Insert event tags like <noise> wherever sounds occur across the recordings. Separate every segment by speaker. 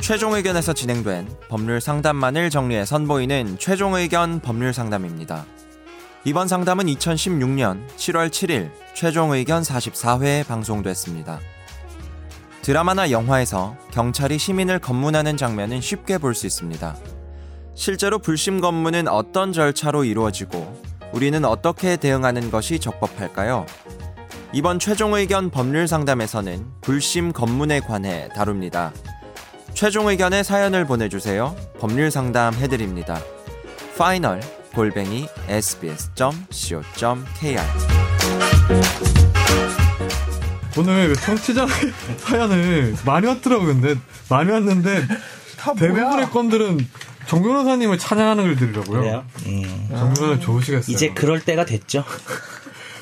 Speaker 1: 최종 의견에서 진행된 법률 상담만을 정리해 선보이는 최종 의견 법률 상담입니다. 이번 상담은 2016년 7월 7일 최종 의견 44회에 방송됐습니다. 드라마나 영화에서 경찰이 시민을 검문하는 장면은 쉽게 볼 수 있습니다. 실제로 불심 검문은 어떤 절차로 이루어지고 우리는 어떻게 대응하는 것이 적법할까요? 이번 최종 의견 법률 상담에서는 불심 검문에 관해 다룹니다. 최종 의견의 사연을 보내주세요. 법률 상담 해드립니다. 파이널 골뱅이 sbs.co.kr
Speaker 2: 오늘 청취자 사연을 많이 왔더라고요. 근데 많이 왔는데 대부분의 건들은 정 변호사님을 찬양하는 글들이라고요.
Speaker 3: 그래요? 음.
Speaker 2: 정 변호사님 좋으시겠어요.
Speaker 3: 이제 그럴 때가
Speaker 4: <laughs>
Speaker 3: 됐죠.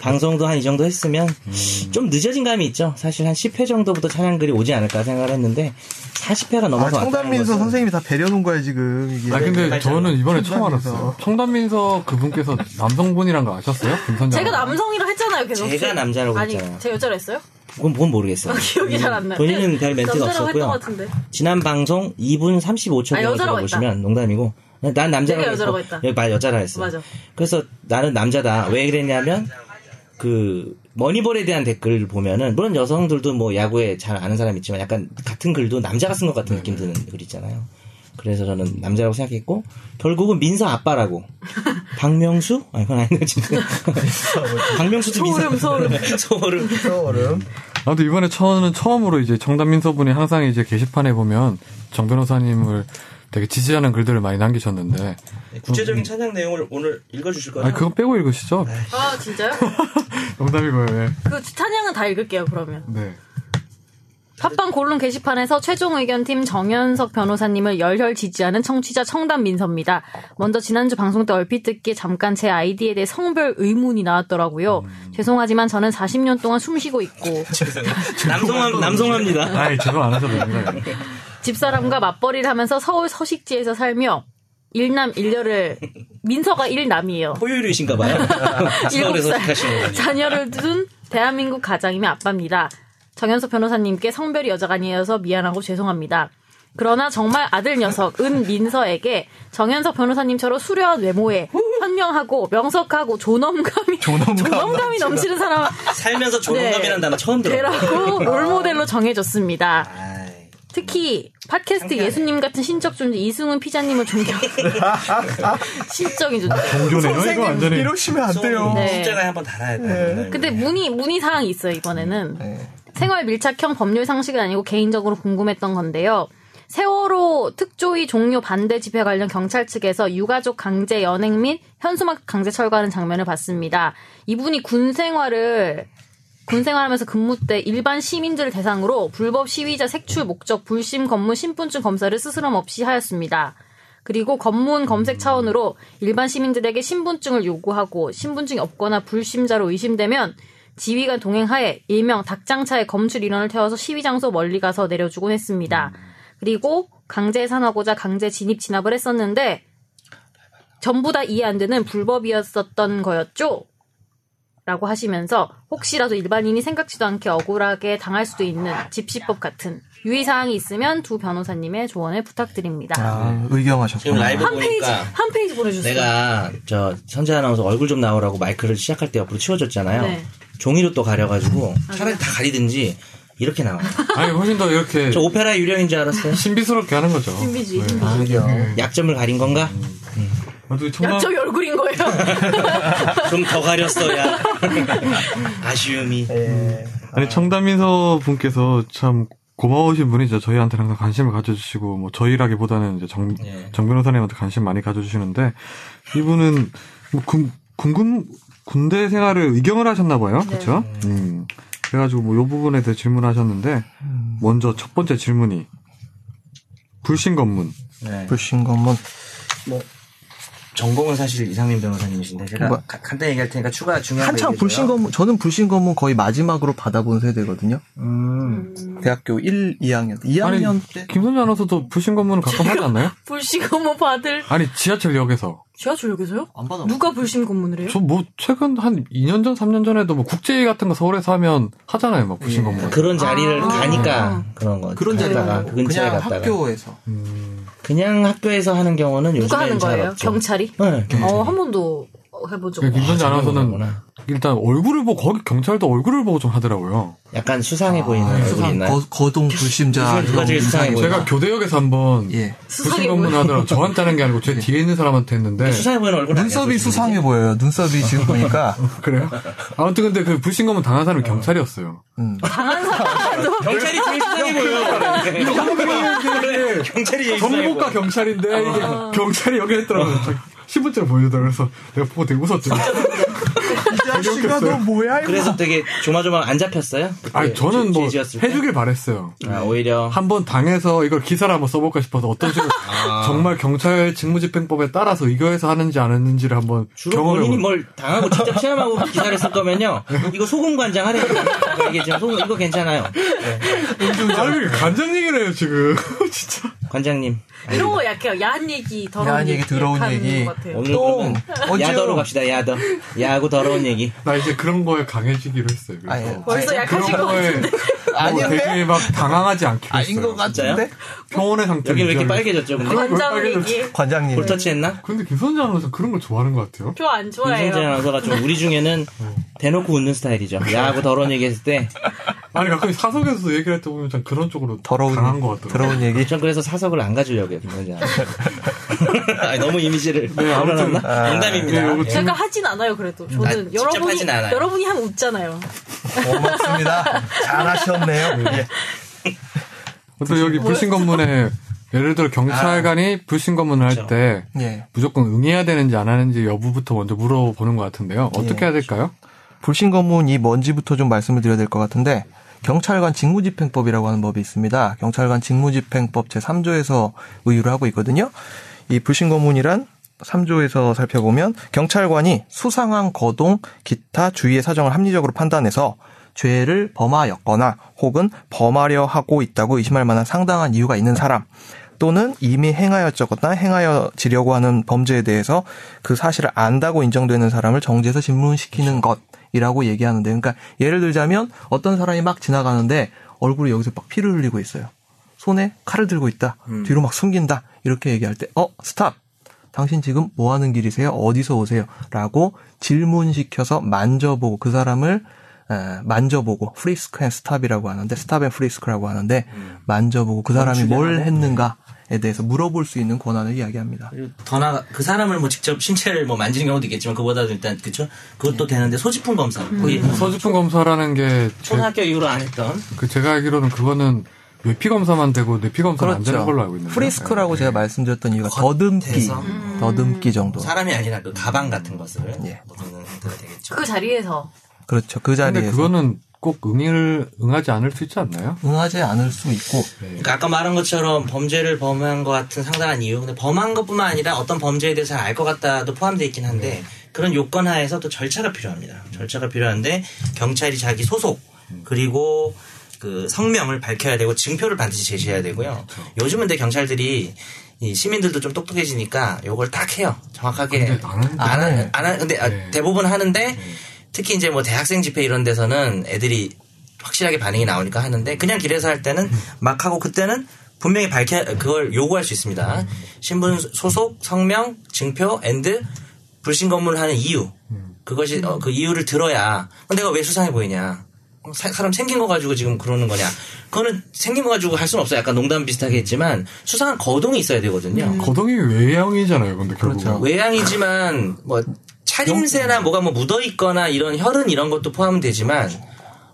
Speaker 3: 방송도 한 이 정도 했으면
Speaker 4: 음.
Speaker 3: 좀 늦어진 감이 있죠. 사실 한 10회 정도부터 찬양글이 오지 않을까 생각을 했는데 40회가
Speaker 4: 아,
Speaker 3: 넘어서
Speaker 4: 청담민서
Speaker 3: 왔다는 것은
Speaker 4: 선생님이 다 배려놓은 거야 지금 이게.
Speaker 2: 아 근데 저는 이번에 처음
Speaker 4: 청담민서.
Speaker 2: 알았어요. 청담민서 그분께서 남성분이란 거 아셨어요? 김선장.
Speaker 5: 제가 남성이라 했잖아요, 계속.
Speaker 3: 제가 남자라고
Speaker 5: 아니,
Speaker 3: 했잖아요.
Speaker 5: 제가 여자라 했어요? 아,
Speaker 3: 그건, 그건 모르겠어요.
Speaker 5: 기억이 잘 안 나요.
Speaker 3: 본인은 별 멘트가
Speaker 5: 남자라고 했던
Speaker 3: 없었고요. 네.
Speaker 5: 것 같은데.
Speaker 3: 지난 방송 2분 35초
Speaker 5: 아,
Speaker 3: 경을
Speaker 5: 여자라고
Speaker 3: 들어보시면 농담이고 난 남자라고
Speaker 5: 내가
Speaker 3: 했고,
Speaker 5: 여자라고 했다.
Speaker 3: 예, 말 여자라 했어.
Speaker 5: 맞아.
Speaker 3: 그래서 나는 남자다. 왜 그랬냐면 그 머니볼에 대한 댓글을 보면은 물론 여성들도 뭐 야구에 잘 아는 사람 있지만 약간 같은 글도 남자가 쓴 것 같은 느낌 드는 글 있잖아요. 그래서 저는 남자라고 생각했고 결국은 민서
Speaker 5: <laughs>
Speaker 3: 아빠라고 박명수? 아니 그건 아니에요 지금 박명수도 민서
Speaker 5: 소름,
Speaker 3: <laughs>
Speaker 5: 소름.
Speaker 3: 소름
Speaker 4: 얼음.
Speaker 2: 나도 이번에 저는 처음으로 이제 정담민서분이 항상 이제 게시판에 보면 정 변호사님을 되게 지지하는 글들을 많이 남기셨는데
Speaker 3: 구체적인 찬양 내용을 오늘 읽어주실 거예요?
Speaker 2: 아니 그거 빼고 읽으시죠.
Speaker 5: 아, 진짜요?
Speaker 2: 농담이고요. 예.
Speaker 5: 그 찬양은 다 읽을게요, 그러면.
Speaker 2: 네.
Speaker 5: 팟빵 고른 게시판에서 최종 의견팀 정현석 변호사님을 열혈 지지하는 청취자 청담 민서입니다. 먼저 지난주 방송 때 얼핏 듣기에 잠깐 제 아이디에 대해 성별 의문이 나왔더라고요.
Speaker 3: 음.
Speaker 5: 죄송하지만 저는 40년 동안
Speaker 3: <laughs>
Speaker 5: 숨쉬고 있고
Speaker 3: 남성함, 남성합니다
Speaker 2: 네.
Speaker 3: <laughs>
Speaker 2: 아니 죄송 안 하셔도 됩니다.
Speaker 5: 집사람과 맞벌이를 하면서 서울 서식지에서 살며 일남 일녀를 민서가 일남이에요.
Speaker 3: 포유류이신가 봐요
Speaker 5: 일곱
Speaker 3: 아, 서울에서
Speaker 5: 살
Speaker 3: 하시는 거예요
Speaker 5: 자녀를 둔 대한민국 가장이며 아빠입니다. 정현석 변호사님께 성별이 여자가 아니어서 미안하고 죄송합니다. 그러나 정말 아들 녀석 은민서에게 정현석 변호사님처럼 수려한 외모에 현명하고 명석하고 존엄감이
Speaker 4: 존엄감.
Speaker 5: 존엄감이 넘치는 사람
Speaker 3: 살면서 존엄감이라는
Speaker 5: 네.
Speaker 3: 단어 처음 들어 <laughs>
Speaker 5: 되라고 롤모델로 정해졌습니다.
Speaker 3: 아이.
Speaker 5: 특히 팟캐스트 예수님 같은 신적 존재 이승훈
Speaker 3: <laughs>
Speaker 5: 피자님을 존경. 신적인 존재.
Speaker 2: 종교네요 이거
Speaker 4: 선생님
Speaker 2: 완전히.
Speaker 4: 이러시면 안 돼요.
Speaker 5: 네.
Speaker 3: 숫자가 한번 달아야 네. 돼.
Speaker 5: 근데 문의 문의 사항이 있어요 이번에는
Speaker 4: 네.
Speaker 5: 생활 밀착형 법률 상식은 아니고 개인적으로 궁금했던 건데요. 세월호 특조위 종료 반대 집회 관련 경찰 측에서 유가족 강제 연행 및 현수막 강제 철거하는 장면을 봤습니다. 이분이 군 생활을 군 생활하면서 근무 때 일반 시민들을 대상으로 불법 시위자 색출 목적 불심 검문 신분증 검사를 스스럼 없이 하였습니다. 그리고 검문 검색 차원으로 일반 시민들에게 신분증을 요구하고 신분증이 없거나 불심자로 의심되면 지휘관 동행하에 일명 닭장차에 검출 인원을 태워서 시위 장소 멀리 가서 내려주곤 했습니다. 그리고 강제 산하고자 강제 진입 진압을 했었는데 전부 다 이해 안 되는 불법이었었던 거였죠. 라고 하시면서 혹시라도 일반인이 생각지도 않게 억울하게 당할 수도 있는 집시법 같은 유의사항이 있으면 두 변호사님의 조언을 부탁드립니다.
Speaker 4: 아,
Speaker 3: 지금
Speaker 4: 의경하셨구나.
Speaker 3: 라이브
Speaker 5: 한 페이지
Speaker 3: 보니까
Speaker 5: 한 페이지 보내주세요.
Speaker 3: 그러니까 내가 저 선재 아나운서 얼굴 좀 나오라고 마이크를 시작할 때 옆으로 치워줬잖아요.
Speaker 5: 네. 아,
Speaker 3: 종이로 또 가려가지고 차라리 다 가리든지 이렇게 나와.
Speaker 2: 아니 훨씬 더 이렇게
Speaker 3: 저 오페라 유령인 줄 알았어요.
Speaker 2: 신비스럽게 하는 거죠.
Speaker 5: 신비주의.
Speaker 2: 네.
Speaker 4: 아, 의경.
Speaker 3: 약점을 가린 건가?
Speaker 4: 음.
Speaker 2: 아무튼 정말
Speaker 5: 약적이 얼굴인 거예요. <laughs>
Speaker 3: 좀 더
Speaker 4: <laughs>
Speaker 3: 가렸어야. 아쉬움이.
Speaker 4: 예.
Speaker 2: 아니 청담민서 분께서 참 고마우신 분이죠. 저희한테 항상 관심을 가져주시고 뭐 저희라기보다는 이제 정,
Speaker 3: 예.
Speaker 2: 정 변호사님한테 관심 많이 가져주시는데 이분은 뭐 군, 군군 군대 생활을 의경을 하셨나 봐요.
Speaker 5: 네.
Speaker 2: 그렇죠?
Speaker 3: 네.
Speaker 2: 음. 그래가지고 뭐 요 부분에 대해 질문하셨는데 먼저 첫 번째 질문이 불신 검문.
Speaker 3: 네.
Speaker 4: 불신 검문.
Speaker 3: 전공은 사실 이상민 변호사님이신데 제가
Speaker 4: 뭐-
Speaker 3: 가- 간단히 얘기할 테니까 추가 중요한
Speaker 4: 한창
Speaker 3: 얘기해줘요.
Speaker 4: 불신 검문. 저는 불신 검문 거의 마지막으로 받아본 세대거든요.
Speaker 3: 음.
Speaker 4: 대학교 1, 2학년. 2학년 때.
Speaker 2: 김선재 아나운서도 불신 검문을 가끔 하지 않나요?
Speaker 5: 불시고 뭐 받을
Speaker 2: 아니 지하철역에서
Speaker 6: 지하철역에서요?
Speaker 4: 안 받아.
Speaker 6: 누가 불신 검문을 해요?
Speaker 2: 저 뭐 최근 한 2년 전, 3년 전에도 뭐 국제회의 같은 거 서울에서 하면 하잖아요. 막
Speaker 4: 예.
Speaker 2: 부신 건물.
Speaker 3: 그런 자리를
Speaker 6: 아.
Speaker 3: 가니까 그런 거.
Speaker 4: 그런 자리
Speaker 3: 갔다가
Speaker 4: 말고
Speaker 3: 그 근처에
Speaker 4: 그냥
Speaker 3: 갔다가
Speaker 4: 학교에서
Speaker 2: 음.
Speaker 3: 그냥 학교에서 하는 경우는 요즘에
Speaker 5: 누가 하는 거예요? 경찰이?
Speaker 3: 네.
Speaker 5: 어, 한 번도 해본 적
Speaker 2: 그러니까
Speaker 5: 없어요.
Speaker 2: 김선재 아나운서는
Speaker 3: 거구나.
Speaker 2: 일단 얼굴을 보고 거기 경찰도 얼굴을 보고 좀 하더라고요.
Speaker 3: 약간 수상해
Speaker 2: 아,
Speaker 3: 보이는 네, 얼굴이
Speaker 4: 수상
Speaker 3: 있나요?
Speaker 4: 거, 거동 불심자
Speaker 3: 무슨 누가 제일 수상해 보여요?
Speaker 2: 제가 교대역에서 한번
Speaker 4: 예
Speaker 2: 부신 건물 하더라고 저한테 하는 게 아니고 제 뒤에 있는 사람한테 했는데
Speaker 3: 수상해 보이는 얼굴 예. 아니야,
Speaker 4: 눈썹이
Speaker 3: 솔직히.
Speaker 4: 수상해 보여요. 눈썹이
Speaker 3: <laughs>
Speaker 4: 지금 보니까
Speaker 2: 그래요? 아무튼 근데 그 부신 건물 당한
Speaker 3: 아.
Speaker 2: 사람이 경찰이었어요.
Speaker 4: 음.
Speaker 3: 경찰이 제일 수상해
Speaker 2: <laughs>
Speaker 3: 보여요. 경찰이 제일 수상해 보여.
Speaker 2: 정보과 경찰인데
Speaker 3: 아.
Speaker 2: 이게 경찰이 여기 했더라고요. 자, 신분증을 보여주더라고 그래서 내가 보고 되게 웃었죠.
Speaker 4: 자식아 너 뭐야 이거?
Speaker 3: 그래서 되게 조마조마 안 잡혔어요? 그때
Speaker 2: 아니 저는 뭐
Speaker 3: 예, 지- 지지였을 때?
Speaker 2: 해주길 바랬어요.
Speaker 3: 아, 오히려
Speaker 2: 한번 당해서 이걸 기사를 한번 써볼까 싶어서 어떤
Speaker 3: <laughs>
Speaker 2: 식으로
Speaker 3: 아.
Speaker 2: 정말 경찰 직무집행법에 따라서 이거에서 하는지 안 하는지를 한번
Speaker 3: 주로
Speaker 2: 경험을 뭐-
Speaker 3: 본인이
Speaker 2: 해보-
Speaker 3: 뭘 당하고 직접 체험하고
Speaker 2: <laughs>
Speaker 3: 기사를 쓸 거면요. 이거 소금 관장 하래. 이게 지금 소금 이거 괜찮아요. 네.
Speaker 2: 아니 간장 얘기를 해요 지금 <laughs> 진짜
Speaker 3: 관장님
Speaker 6: 이런 거 약해요. 야한 얘기, 더러운
Speaker 4: 네. 야한 얘기, 더러운
Speaker 6: 약한
Speaker 4: 얘기.
Speaker 6: 것 같아요.
Speaker 3: 오늘
Speaker 4: 똥.
Speaker 3: 그러면
Speaker 4: 어지러워.
Speaker 3: 야더로 갑시다. 야더 야하고 더러운 얘기.
Speaker 2: 나 이제 그런 거에 강해지기로 했어요. 그래서
Speaker 4: 아, 예.
Speaker 6: 벌써 약하신 것
Speaker 2: 그런 거에
Speaker 6: 같은데.
Speaker 2: 뭐
Speaker 4: 아닌데?
Speaker 2: 되게 막 당황하지 않기로 했어요.
Speaker 4: 아닌 것 같은데?
Speaker 2: 평온의 상태.
Speaker 3: 여기 왜 이렇게
Speaker 6: <laughs>
Speaker 3: 빨개졌죠? 근데
Speaker 6: 관장
Speaker 2: 빨개졌지?
Speaker 6: 얘기.
Speaker 4: 관장님.
Speaker 3: 볼터치했나?
Speaker 2: 근데 김선재 아나운서 그런 걸 좋아하는 것 같아요.
Speaker 6: 저 안
Speaker 3: 김성재
Speaker 6: 좋아해요.
Speaker 3: 아나운서가 좀 우리 중에는 대놓고 웃는 스타일이죠. 야하고 더러운 얘기했을 때
Speaker 2: 아니 가끔 사석에서 얘기할 때 보면 참 그런 쪽으로
Speaker 4: 더러운
Speaker 2: 강한 것 같더라고요.
Speaker 4: 더러운 얘기.
Speaker 3: 전 그래서 사석을 안 가지려고요, 김선재 아나운서. 아니, 너무 이미지를
Speaker 2: 네, 아무튼,
Speaker 3: 불안했나?
Speaker 2: 네,
Speaker 3: 농담입니다.
Speaker 2: 요거
Speaker 3: 예.
Speaker 6: 제가 하진 않아요, 그래도. 저는
Speaker 3: 아, 직접
Speaker 6: 여러분이,
Speaker 3: 하진 않아요.
Speaker 6: 여러분이 하면 웃잖아요.
Speaker 4: 고맙습니다. 잘하셨네요. 예.
Speaker 2: 또 여기 불신 검문에 예를 들어 경찰관이 불신 검문을
Speaker 3: 그렇죠.
Speaker 2: 할 때
Speaker 4: 예.
Speaker 2: 무조건 응해야 되는지 안 하는지 여부부터 먼저 물어보는 것 같은데요. 어떻게
Speaker 4: 예.
Speaker 2: 해야 될까요?
Speaker 4: 불신 검문이 뭔지부터 좀 말씀을 드려야 될 것 같은데 경찰관 직무집행법이라고 하는 법이 있습니다. 경찰관 직무집행법 제 3조에서 의유를 하고 있거든요. 이 불신 검문이란 3조에서 살펴보면 경찰관이 수상한 거동 기타 주의의 사정을 합리적으로 판단해서 죄를 범하였거나 혹은 범하려 하고 있다고 의심할 만한 상당한 이유가 있는 사람 또는 이미 행하였거나 행하여지려고 하는 범죄에 대해서 그 사실을 안다고 인정되는 사람을 정지해서 질문시키는 것이라고 얘기하는데 그러니까 예를 들자면 어떤 사람이 막 지나가는데 얼굴이 여기서 막 피를 흘리고 있어요. 손에 칼을 들고 있다.
Speaker 3: 음.
Speaker 4: 뒤로 막 숨긴다. 이렇게 얘기할 때 어, 스탑. 당신 지금 뭐 하는 길이세요? 어디서 오세요? 라고 질문시켜서 만져보고 그 사람을 에, 만져보고 프리스크 앤 스탑이라고 하는데 스탑 앤 프리스크라고 하는데
Speaker 3: 음.
Speaker 4: 만져보고 그 사람이 뭘 했는가에 대해서 물어볼 수 있는 권한을 이야기합니다.
Speaker 3: 그리고 더 나가 그 사람을 뭐 직접 신체를 뭐 만지는 경우도 있겠지만 그보다도 일단 그쵸 그것도 되는데 소지품 검사 거의
Speaker 2: 서주풍 검사라는 게 제,
Speaker 3: 네. 음. 초등학교 이후로 안 했던
Speaker 2: 그 제가 알기로는 그거는 뇌피 그렇죠. 검사만 되고 뇌피 검사는 안 되는 걸로 알고 있는데
Speaker 4: 그렇죠.
Speaker 2: 예. 네.
Speaker 4: 프리스크라고 제가 말씀드렸던 이유가 더듬기,
Speaker 3: 겉에서? 음.
Speaker 4: 더듬기 정도.
Speaker 3: 사람이 아니라 그 가방 같은 것을
Speaker 4: 예.
Speaker 3: 얻는 형태가 되겠죠.
Speaker 5: 그 자리에서.
Speaker 4: 그렇죠. 그
Speaker 2: 근데
Speaker 4: 자리에서
Speaker 2: 그거는 꼭 응의를 응하지 않을 수 있지 않나요?
Speaker 4: 응하지 않을 수 있고
Speaker 3: 그러니까 아까 말한 것처럼 범죄를 범한 것 같은 상당한 이유 근데 범한 것뿐만 아니라 어떤 범죄에 대해서 잘 알 것 같다도 포함되어 있긴 한데
Speaker 2: 네.
Speaker 3: 그런 요건 하에서 또 절차가 필요합니다. 절차가 필요한데 경찰이 자기 소속 그리고 그 성명을 밝혀야 되고 증표를 반드시 제시해야 되고요.
Speaker 2: 그렇죠.
Speaker 3: 요즘은 근데 경찰들이 이 시민들도 좀 똑똑해지니까 요걸 딱 해요. 정확하게
Speaker 2: 근데 안 하는
Speaker 3: 안
Speaker 4: 거
Speaker 3: 하,
Speaker 4: 같아요.
Speaker 3: 안 하, 근데 아,
Speaker 2: 네.
Speaker 3: 대부분 하는데 특히 이제 뭐 대학생 집회 이런 데서는 애들이 확실하게 반응이 나오니까 하는데 그냥 길에서 할 때는 막 하고 그때는 분명히 밝혀 그걸 요구할 수 있습니다. 신분 소속, 성명, 증표, 앤드 불신 검문을 하는 이유 그것이 어, 그 이유를 들어야 어, 내가 왜 수상해 보이냐 어, 사- 사람 생긴 거 가지고 지금 그러는 거냐 그거는 생긴 거 가지고 할 수는 없어요. 약간 농담 비슷하게 했지만 수상한 거동이 있어야 되거든요.
Speaker 2: 거동이 외형이잖아요. 근데 결국은
Speaker 4: 그렇죠.
Speaker 3: 외양이지만 뭐 차림새나 뭐가 뭐 묻어 있거나 이런 혈흔 이런 것도 포함되지만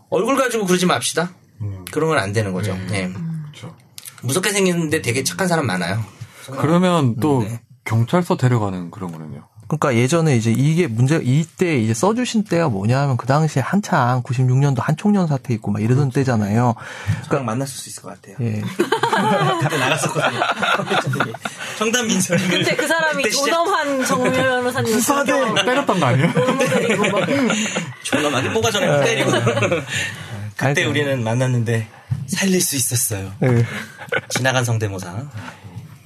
Speaker 3: 얼굴 가지고 그러지 맙시다.
Speaker 2: 음.
Speaker 3: 그런 건 안 되는 거죠. 예.
Speaker 2: 그렇죠.
Speaker 3: 무섭게 생겼는데 되게 착한 사람 많아요.
Speaker 4: 그렇죠.
Speaker 2: 그러면 또
Speaker 4: 음, 네.
Speaker 2: 경찰서 데려가는 그런 거는요.
Speaker 4: 그러니까 예전에 이제 이게 문제 이때 이제 써주신 때가 뭐냐면 그 당시에 한창 96년도 한총련 사태 있고 막 이러던 때잖아요. 그러니까
Speaker 3: 그냥 만났을 수 있을 것 같아요.
Speaker 4: 예.
Speaker 3: 그때 음. <laughs> 나갔었거든요. 청담 민철이.
Speaker 6: 근데 그 사람이
Speaker 3: 그때 시작-
Speaker 6: 존엄한 정우 변호사님.
Speaker 2: 때렸던 거 아니에요?
Speaker 6: 롤모델이고 막.
Speaker 3: 존엄하게 뽑아전에 때리고. 그때
Speaker 4: 아이고. 네.
Speaker 3: 우리는 만났는데 살릴 수 있었어요.
Speaker 4: 예.
Speaker 3: 지나간 성대모사.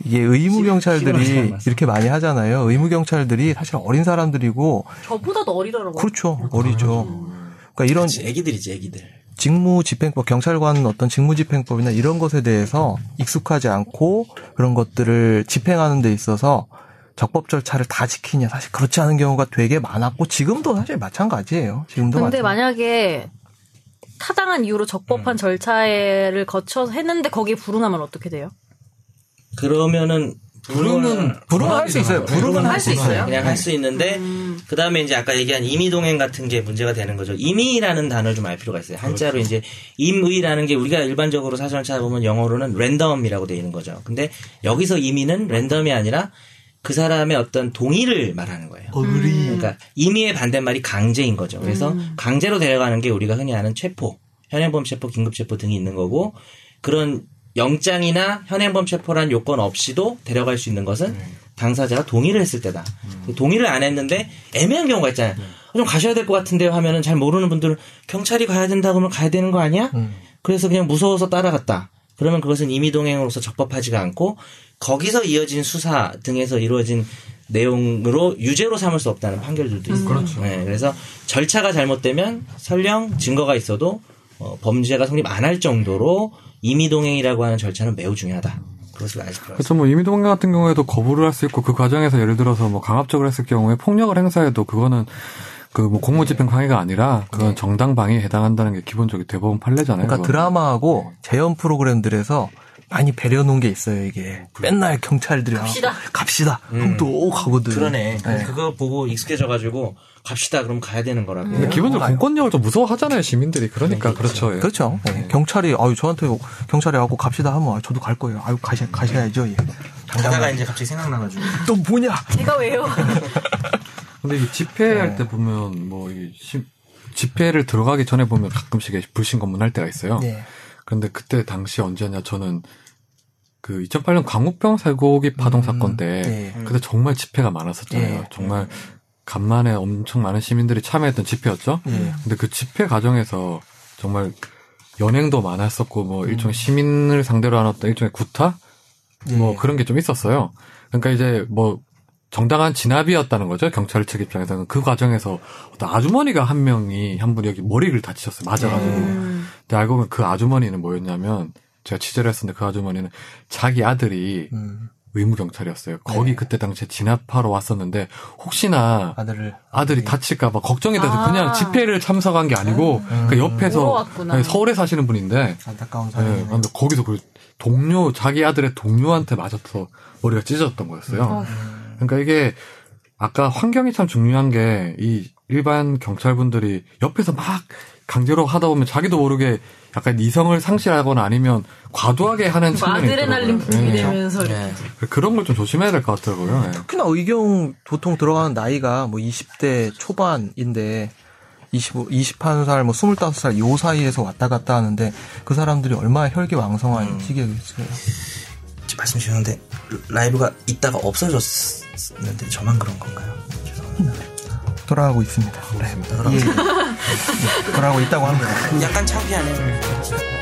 Speaker 4: 이게 의무
Speaker 3: 시간
Speaker 4: 경찰들이
Speaker 3: 남았어.
Speaker 4: 이렇게 많이 하잖아요. 의무 경찰들이 사실 어린 사람들이고
Speaker 6: 저보다 더 어리더라고요.
Speaker 4: 그렇죠. 어리죠. 그러니까 이런
Speaker 3: 애기들이지 애기들.
Speaker 4: 직무집행법, 뭐 경찰관 어떤 직무집행법이나 이런 것에 대해서 익숙하지 않고 그런 것들을 집행하는 데 있어서 적법 절차를 다 지키냐 사실 그렇지 않은 경우가 되게 많았고 지금도 사실 마찬가지예요. 지금도 마찬가지.
Speaker 5: 근데 만약에 타당한 이유로
Speaker 4: 음.
Speaker 5: 적법한 절차를 거쳐 했는데 거기에 불응하면 어떻게 돼요?
Speaker 3: 그러면은
Speaker 4: 불응은 불응은 네. 할 수 있어요. 불응은 할 수 있어요.
Speaker 3: 그냥 할 수 있는데 그 다음에 이제 아까 얘기한 임의 동행 같은 게 문제가 되는 거죠. 임의라는 단어를 좀 알 필요가 있어요. 한자로 이제 임의라는 게 우리가 일반적으로 사전을 찾아보면 영어로는 랜덤이라고 되어 있는 거죠. 근데 여기서 임의는 랜덤이 아니라 그 사람의 어떤 동의를 말하는 거예요.
Speaker 5: 음.
Speaker 3: 그러니까 임의의 반대말이 강제인 거죠. 그래서 강제로 데려가는 게 우리가 흔히 아는 체포, 현행범 체포, 긴급 체포 등이 있는 거고 그런 영장이나 현행범 체포란 요건 없이도 데려갈 수 있는 것은 당사자가 동의를 했을 때다. 동의를 안 했는데 애매한 경우가 있잖아요. 어, 좀 가셔야 될 것 같은데 하면은 잘 모르는 분들은 경찰이 가야 된다 그러면 가야 되는 거 아니야? 그래서 그냥 무서워서 따라갔다. 그러면 그것은 임의동행으로서 적법하지가 않고 거기서 이어진 수사 등에서 이루어진 내용으로 유죄로 삼을 수 없다는 판결들도 있어요. 네, 그래서 절차가 잘못되면 설령 증거가 있어도 어, 범죄가 성립 안 할 정도로 임의동행이라고 하는 절차는 매우 중요하다. 그것을 아실 거예요.
Speaker 2: 그래서 뭐 이미동행 같은 경우에도 거부를 할 수 있고 그 과정에서 예를 들어서 뭐 강압적으로 했을 경우에 폭력을 행사해도 그거는 그 뭐 공무집행 방해가 아니라 그건 정당 방해에 해당한다는 게 기본적인 대법원 판례잖아요.
Speaker 4: 네. 그러니까
Speaker 2: 그건.
Speaker 4: 드라마하고 재연 프로그램들에서 많이 배려 놓은 게 있어요, 이게. 맨날 경찰들이 갑시다. 갑시다. 그럼 또 가거든.
Speaker 3: 그러네.
Speaker 4: 네.
Speaker 3: 그거 보고 익숙해져가지고 갑시다. 그럼 가야 되는 거라고.
Speaker 2: 근데 기본적으로 공권력을 좀 무서워하잖아요 시민들이. 그러니까 그렇죠. 예.
Speaker 4: 그렇죠. 네. 경찰이 아유 저한테 경찰이 하고 갑시다 하면 아, 저도 갈 거예요. 아유 가셔 가셔야죠. 예.
Speaker 3: 가다가 이제 갑자기 생각나가지고.
Speaker 4: 또 뭐냐?
Speaker 6: 제가 왜요?
Speaker 2: 근데 이 집회할 때 보면 뭐이 집회를 들어가기 전에 보면 가끔씩 불신 검문할 때가 있어요.
Speaker 4: 예.
Speaker 2: 근데 그때 당시 언제냐 저는 그 2008년 광우병 살고기 파동
Speaker 4: 음,
Speaker 2: 사건 때
Speaker 4: 예.
Speaker 2: 그때 정말 집회가 많았었잖아요.
Speaker 4: 예.
Speaker 2: 정말 간만에 엄청 많은 시민들이 참여했던 집회였죠.
Speaker 4: 예.
Speaker 2: 근데 그 집회 과정에서 정말 연행도 많았었고
Speaker 4: 음.
Speaker 2: 뭐 일종의 시민을 상대로 한 어떤 일종의 구타
Speaker 4: 예.
Speaker 2: 뭐 그런 게 좀 있었어요. 그러니까 이제 뭐 정당한 진압이었다는 거죠. 경찰 측 입장에서는 그 과정에서 어떤 아주머니가 한 명이 한 분이 여기 머리를 다치셨어요.
Speaker 4: 음.
Speaker 2: 맞아가지고.
Speaker 4: 예.
Speaker 6: 음.
Speaker 2: 근데 알고 보면 그 아주머니는 뭐였냐면 제가 취재를 했었는데 그 아주머니는 자기 아들이
Speaker 4: 음,
Speaker 2: 의무 경찰이었어요. 거기 그때 당시에 진압하러 왔었는데 혹시나
Speaker 4: 아들을
Speaker 2: 아들이 다칠까봐 걱정이 돼서
Speaker 6: 아.
Speaker 2: 그냥 집회를 참석한 게 아니고 그
Speaker 6: 음.
Speaker 5: 보러
Speaker 2: 옆에서
Speaker 5: 왔구나.
Speaker 2: 아니, 서울에 사시는 분인데
Speaker 4: 안타까운
Speaker 2: 예,
Speaker 4: 사연.
Speaker 2: 근데 거기서 그 동료 자기 아들의 동료한테 맞아서 머리가 찢어졌던 거였어요. 그러니까 이게 아까 환경이 참 중요한 게 이 일반 경찰분들이 옆에서 막 강제로 하다 보면 자기도 모르게 약간 이성을 상실하거나 아니면 과도하게 하는 측면이
Speaker 6: 그 아드레날린
Speaker 2: 있더라고요.
Speaker 6: 분비
Speaker 2: 예.
Speaker 6: 되면서
Speaker 3: 네.
Speaker 2: 그런 걸 좀 조심해야 될 것 같더라고요. 예.
Speaker 4: 특히나 의경 보통 들어가는 나이가 뭐 20대 초반인데 25, 21살, 뭐 25살 요 사이에서 왔다 갔다 하는데 그 사람들이 얼마나 혈기왕성한 시기였어요.
Speaker 3: 지금 말씀 주셨는데 라이브가 있다가 없어졌는데 저만 그런 건가요? 죄송합니다.
Speaker 4: 돌아가고 있습니다. 네.
Speaker 3: 돌아가고
Speaker 4: 예. 돌아가고 있다고 합니다.
Speaker 3: 약간 창피하네요.